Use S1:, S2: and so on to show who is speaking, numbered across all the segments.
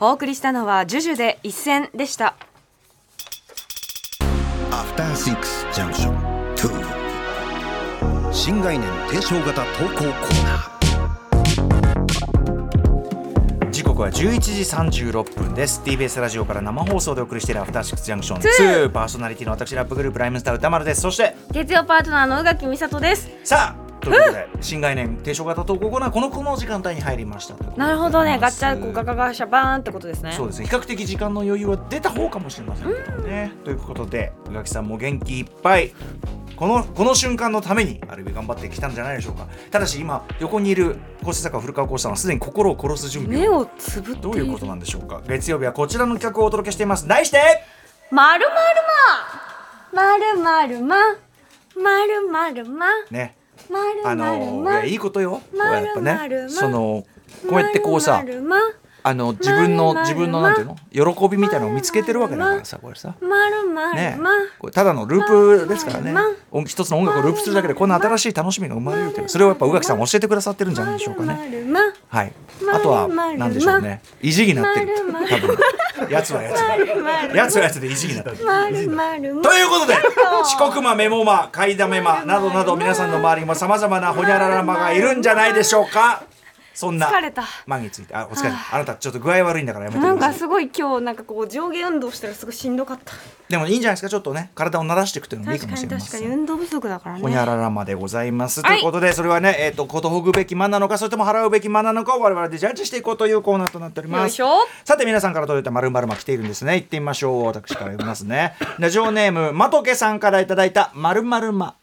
S1: お送りしたのはジュジュで一戦でした
S2: アフターシックスジャンクション2新概念提唱型投稿コーナー
S3: 時刻は11時36分です TBS ラジオから生放送でお送りしているアフターシックスジャンクション2パーソナリティの私ラップグループライムスター歌丸ですそして
S1: 月曜パートナーの宇垣美里です
S3: さあという ことで新概念提唱型投稿コーナーこのこの時間帯に入りましたということで
S1: なるほどね
S3: ご
S1: ガッ
S3: ざいます
S1: チャこうガガガシャバーンってことですね
S3: そうですね比較的時間の余裕は出た方かもしれませんけどね、ということで宇垣さんも元気いっぱいこのこの瞬間のためにある意味頑張ってきたんじゃないでしょうかただし今横にいる高瀬坂古川浩志さんはすでに心を殺す準備
S1: 目
S3: を
S1: をつぶって
S3: ど
S1: いうる
S3: いうことなんでしょうか月曜日はこちらの企画をお届けしています題して
S1: まるまるままるまるままるまるま
S3: ね
S1: まる
S3: あ
S1: まる
S3: のい
S1: ま
S3: やいいことよ、
S1: まる
S3: やっぱ
S1: まるま
S3: ねそのこうやってこうさ
S1: まるまる
S3: あの自分の
S1: まるまる
S3: 自分のなんていうの喜びみたいなのを見つけてるわけだからさこれさ
S1: まるま
S3: ね
S1: るま
S3: これただのループですからね
S1: まるまる
S3: 音一つの音楽をループするだけでこんな新しい楽しみが生まれるというそれをやっぱ宇垣さん教えてくださってるんじゃないでしょうか
S1: ま
S3: ね
S1: るまる
S3: はい
S1: まるまる
S3: あとは何でしょうね意地になってる
S1: まるま
S3: 多分やつはやつ
S1: まるま
S3: で
S1: る
S3: やつはやつで意地になってる
S1: まるまるま
S3: ということで遅刻魔メモ魔買いだめ魔などなど皆さんの周りにもさまざまなほにゃらら魔がいるんじゃないでしょうかそんな
S1: 疲れた
S3: 魔についてあお疲れあなたちょっと具合悪いんだからやめて
S1: なん
S3: くだ
S1: か
S3: さい
S1: すごい今日なんかこう上下運動したらすごいしんどかった
S3: でもいいんじゃないですかちょっとね体を慣らしていくというのもいいか
S1: 確かに
S3: もしれま
S1: 確か
S3: せ
S1: に
S3: ん
S1: 運動不足だから
S3: ほにゃ
S1: ね
S3: ららまでございます、
S1: はい
S3: ということでそれはねえっ、とことほぐべき間なのかそれとも払うべき間なのかを我々でジャッジしていこうというコーナーとなっており
S1: よ
S3: ま
S1: い
S3: す
S1: しょ
S3: さて皆さんから届いたまるまるま来ているんですね行ってみましょう私から読みますねラジオネームまとけさんからいただいたまるまるま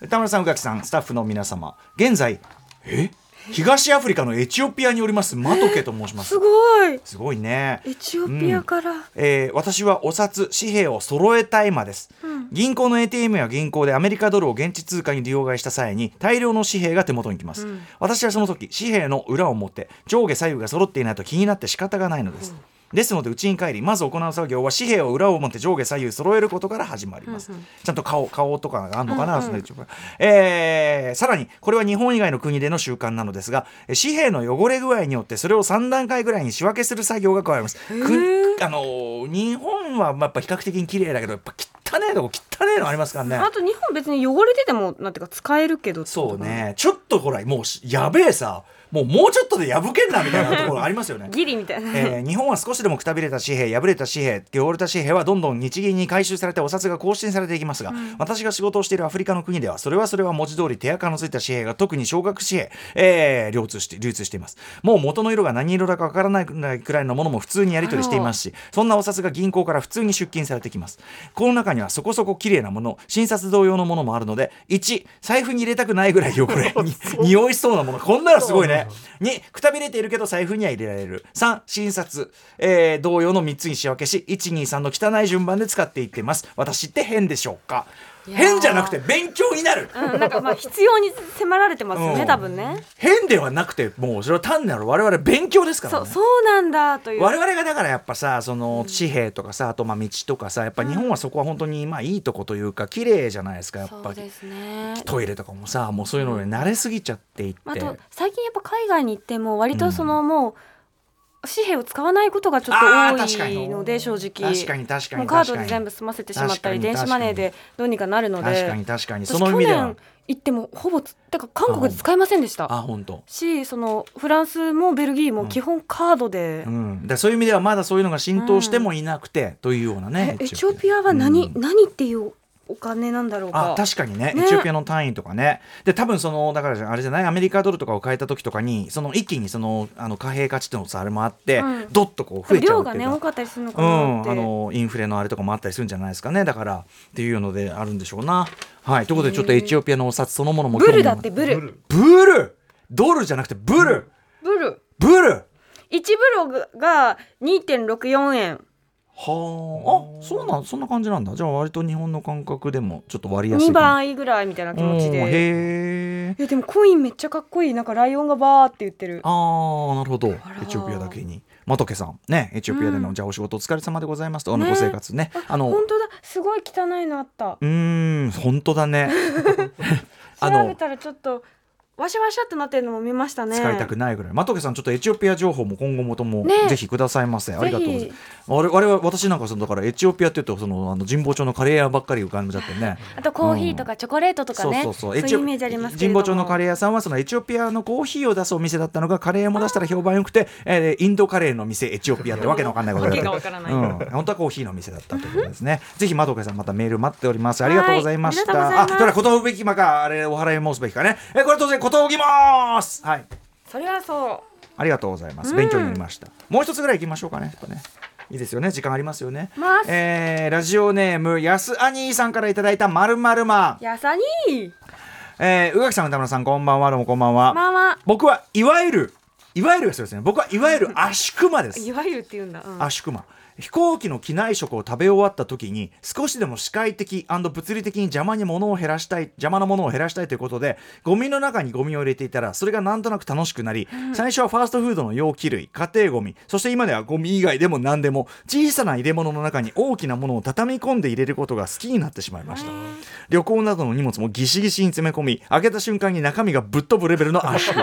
S3: 歌丸さん宇垣さんスタッフの皆様現在え東アフリカのエチオピアにおりますまとけと申します
S1: すごい
S3: すごいね
S1: エチオピアから、
S3: えー私はお札紙幣を揃えたいまです、銀行の ATM や銀行でアメリカドルを現地通貨に利用買いした際に大量の紙幣が手元に来ます、私はその時紙幣の裏を持って上下左右が揃っていないと気になって仕方がないのです、ですので家に帰りまず行う作業は紙幣を裏を持って上下左右揃えることから始まります、ちゃんと顔顔とかがあるのかな、その一応えーさらにこれは日本以外の国での習慣なのですがえー紙幣の汚れ具合によってそれを3段階ぐらいに仕分けする作業が加わりますくあのー日本はまあやっぱ比較的に綺麗だけどやっぱ汚いとこ汚いのありますからね
S1: あと日本別に汚れててもなんていうか使えるけどってこと
S3: そう
S1: かな
S3: ねちょっとほらもうしやべえさもうもうちょっとで破けんなみたいなところありますよね
S1: ギリみたいな、
S3: えー日本は少しでもくたびれた紙幣破れた紙幣汚れた紙幣はどんどん日銀に回収されてお札が更新されていきますが、私が仕事をしているアフリカの国ではそれはそれは文字通り手垢のついた紙幣が特に少額紙幣、えー流通して流通していますもう元の色が何色だかわからないくらいのものも普通にやり取りしていますしそんなお札が銀行から普通に出金されてきますこの中にはそこそこ綺麗なもの新札同様のものもあるので1財布に入れたくないぐらい汚れに匂いしそうなものこんなのすごいね2くたびれているけど財布には入れられる3新札、えー同様の3つに仕分けし123の汚い順番で使っていってます私って変でしょうか
S1: やー
S3: 変じゃなくて勉強になる
S1: うん、なんかまあ必要に迫られてますよね、
S3: うん
S1: 多分ね
S3: 変ではなくてもうそれは単なる我々勉強ですから
S1: そう
S3: ね
S1: そうなんだという
S3: 我々がだからやっぱさその地平とかさあとまあ道とかさやっぱ日本はそこは本当にまあいいとこというか綺麗じゃないですかやっ
S1: そ
S3: ぱ
S1: う
S3: り
S1: ですね
S3: トイレとかもさもうそういうのに慣れすぎちゃっていって、
S1: あと最近やっぱ海外に行っても割とそのもう、紙幣を使わないことがちょっと
S3: あー
S1: 多いので正
S3: 確か
S1: 直
S3: に確かに確かに
S1: もうカードで全部済ませてしまったり
S3: 確かに
S1: 電子マネーでどうにかなるので
S3: 確かに確かにそ
S1: 私
S3: の意
S1: 去
S3: 味では
S1: 年行ってもほぼつだから韓国で使えませんでした
S3: あ本当
S1: しそのフランスもベルギーも基本カードで、
S3: うん、だからそういう意味ではまだそういうのが浸透してもいなくて、というようなね
S1: えエチオピアは何、
S3: うん
S1: 何っていうお金なんだろうか
S3: あ確かにね
S1: ね
S3: エチオピアの単位とかねで多分そのだからあれじゃないアメリカドルとかを変えた時とかにその一気にそのあの貨幣価値っていうのさあれもあって、
S1: うん
S3: どっとこう増えちゃう
S1: 量
S3: ってい
S1: が
S3: うか
S1: ね多かったりするのか
S3: う
S1: なっ
S3: ん、
S1: て、
S3: あのインフレのあれとかもあったりするんじゃないですかねだからっていうのであるんでしょうな。はい、ということでちょっとエチオピアのお札そのものも
S1: ブルだ
S3: 興
S1: っ
S3: 味
S1: て
S3: が
S1: ブル
S3: ブルドルじゃなくてブル、
S1: ブル
S3: ブル
S1: 1ブログが2.64円
S3: はああそうなんそんな感じなんだじゃあ割と日本の感覚でもちょっと割安い
S1: 2
S3: かも
S1: 倍ぐらいみたいな気持ち
S3: うん
S1: で
S3: へえ
S1: いやでもコインめっちゃかっこいいなんかライオンがバーって言ってる
S3: あーなるほどエ
S1: ら
S3: チオピアだけにまとけさんねエチオピアでの、
S1: うん
S3: じゃあお仕事お疲れ様でございますとあの
S1: ね
S3: ご生活ねあの
S1: 本当だすごい汚いのあった
S3: うーん本当だね
S1: 調べたらちょっとわしゃわしゃってなってるのも見ましたね
S3: 使いたくないぐらい。マトケさん、ちょっとエチオピア情報も今後もとも、
S1: ね
S3: ぜひくださいませ。ありがとうござい
S1: ぜ
S3: ます。あれ、あれは私なんかそのだからエチオピアっていうとそのあの神保町のカレー屋ばっかり浮かんじゃってね。
S1: あとコーヒーとかチョコレートとかね、
S3: そうそう
S1: そ
S3: そう。
S1: ういうイメージありますけれども
S3: 神保町のカレー屋さんはそのエチオピアのコーヒーを出すお店だったのがカレーも出したら評判良くて、えーインドカレーの店エチオピアってわけのわかんないこと
S4: わ
S3: だ
S4: け
S3: った
S4: がわからない
S3: うん、本当はコーヒーの店だったということで すね。ぜひまどかさんまたメール待っております。ありがとうございました。
S1: はいありがとうございます
S3: あ、だからことぶべきまかあれお払い申すべきかね。えこれ当然ことぶきます。はい。
S4: それはそう
S3: ありがとうございます。勉強になりました。もう一つぐらい行きましょうかね。やっぱねいいですよね。時間ありますよね。
S1: ます
S3: えーラジオネームやすあにーさんからいただいたまるまるま。
S1: やさに
S3: えー、宇垣さん、歌村さん、こんばんは。どうもこんばんは。
S1: まあまあ
S3: 僕はいわゆる、いわゆるがそうですね。僕はいわゆる足熊です。
S4: いわゆるって言うんだ、うん
S3: アシュクマ飛行機の機内食を食べ終わった時に少しでも視界的物理的に邪魔に物を減らしたい邪魔なものを減らしたいということでゴミの中にゴミを入れていたらそれがなんとなく楽しくなり、最初はファーストフードの容器類家庭ゴミそして今ではゴミ以外でも何でも小さな入れ物の中に大きなものを畳み込んで入れることが好きになってしまいました旅行などの荷物もギシギシに詰め込み開けた瞬間に中身がぶっ飛ぶレベルの圧 縮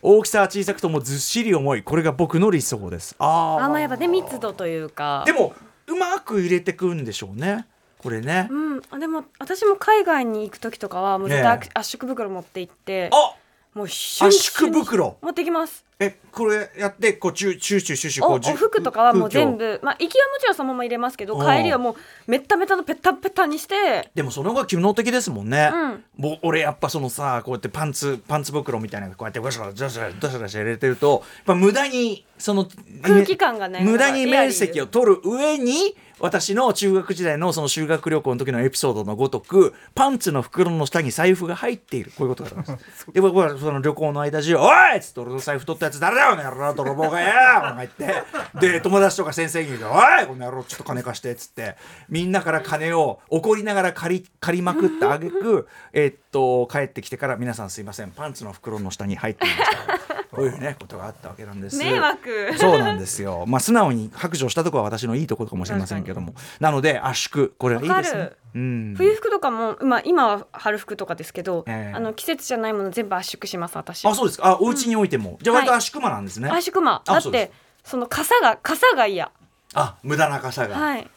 S3: 大きさは小さくともずっしり重いこれが僕の理想ですあー
S1: あまあやっぱね密
S4: 密度というか
S3: でもうまく入れてくんでしょうねこれね、
S1: うん、あでも私も海外に行く時とかはもう絶対
S3: ええ
S1: 圧縮袋持って行って、
S3: あ
S1: もう瞬
S3: 圧縮袋
S1: 持ってきます
S3: えこれやってこうチュチューチューチューチュー
S1: お
S3: こ
S1: お
S3: うじゅ
S1: 服とかはもう全
S3: 空気を
S1: 部、まあ、行きはもちろんそのまま入れますけど
S3: おう
S1: 帰りはもうめっためたのペタペタにして
S3: でもその方が機能的ですもんね、
S1: うん
S3: もう俺やっぱそのさこうやってパンツパンツ袋みたいなのこうやってガシャガシャガシャガシャガシャ入れてるとやっぱ無駄にその
S1: 空気感がね
S3: 無駄に面積
S1: エア
S3: を取る上に私の中学時代のその修学旅行の時のエピソードのごとくパンツの袋の下に財布が入っているこういうことがありますで僕はその旅行の間中「おい!」っつって俺の財布取ったやつ誰だよこの野郎泥棒がよお前ってで友達とか先生に「おいこの野郎ちょっと金貸して」っつってみんなから金を怒りながら借り借りまくった挙句えーっと帰ってきてから「皆さんすいませんパンツの袋の下に入っていました」こういうねことがあったわけなんです
S4: 迷 惑
S3: そうなんですよ。まあ素直に白状したところは私のいいところかもしれませんけども。なので圧縮これはいいです
S1: わ
S3: ね
S1: かる。
S3: うん。
S1: 冬服とかも、まあ、今は春服とかですけど、
S3: ええ
S1: あの季節じゃないもの全部圧縮します私
S3: あそうですか。あお家に置いても、じゃあ割と
S1: はい
S3: 圧縮魔なんですね。
S1: 圧縮ま
S3: あ
S1: だっ
S3: そうで
S1: てその傘が傘が嫌
S3: あ無駄な傘が、
S1: はい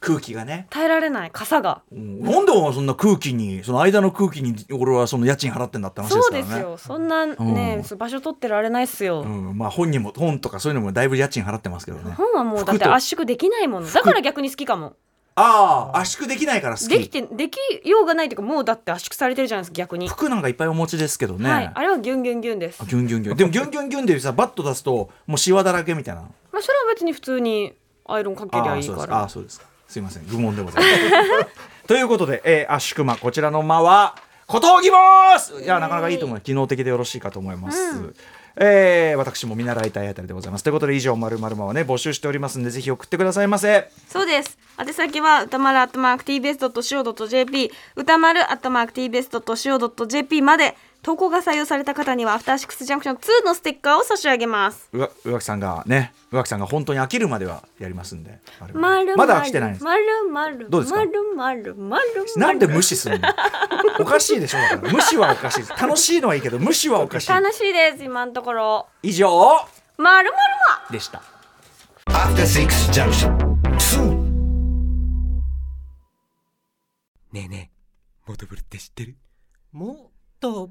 S3: 空気がね。
S1: 耐えられない傘が
S3: うんなんでお前そんな空気にその間の空気に俺はその家賃払ってんだって話で
S1: そ
S3: す
S1: う
S3: から
S1: で
S3: ね。
S1: すよそんなね、
S3: うん
S1: そう場所取ってられないっすよ、
S3: うんまあ本にも本とかそういうのもだいぶ家賃払ってますけどね。
S1: 本はもうだっ
S3: 服
S1: て
S3: と
S1: 圧縮できないものだから逆に好きかも
S3: ああ圧縮できないから好き。
S1: できてできようがないというかもうだって圧縮されてるじゃないですか逆に、
S3: 服なんかいっぱいお持ちですけどね。
S1: はいあれはギュンギュンギュンです
S3: ギュンギュンギュン。でもギュンギュンギュンでさバット出すともうシワだらけみたいな。
S1: まあ、それは別に普通にアイロンかけりゃ
S3: あー
S1: いい
S3: そう
S1: か
S3: ですあー
S1: ら
S3: そうですかすいません愚問でござ います。ということで、えー、圧縮間こちらの間は小峠ますいやなかなかいいと思います機能的でよろしいかと思います。えー私も見習いたいあたりでございます。ということで以上「まるまるまはね募集しておりますんでぜひ送ってくださいませ。
S1: そうです宛先は歌丸アットマーク TBS.CO.JP 歌丸アットマーク TBS.CO.JP まで投稿が採用された方にはアフターシックスジャンクション2のステッカーを差し上げます
S3: うわ宇垣さんがね宇垣さんが本当に飽きるまではやりますんであれは
S1: まる
S3: まだ飽きてないんです。
S1: まるまる
S3: どうですか
S1: まるまるまる
S3: なんで無視するのおかしいでしょだから無視はおかしいです楽しいのはいいけど無視はおかしい
S1: 楽しいです今のところ
S3: 以上
S1: まるまるま
S3: でした。
S2: After Six Junction 2
S5: ねえねえ、モトブルって知ってる
S6: もと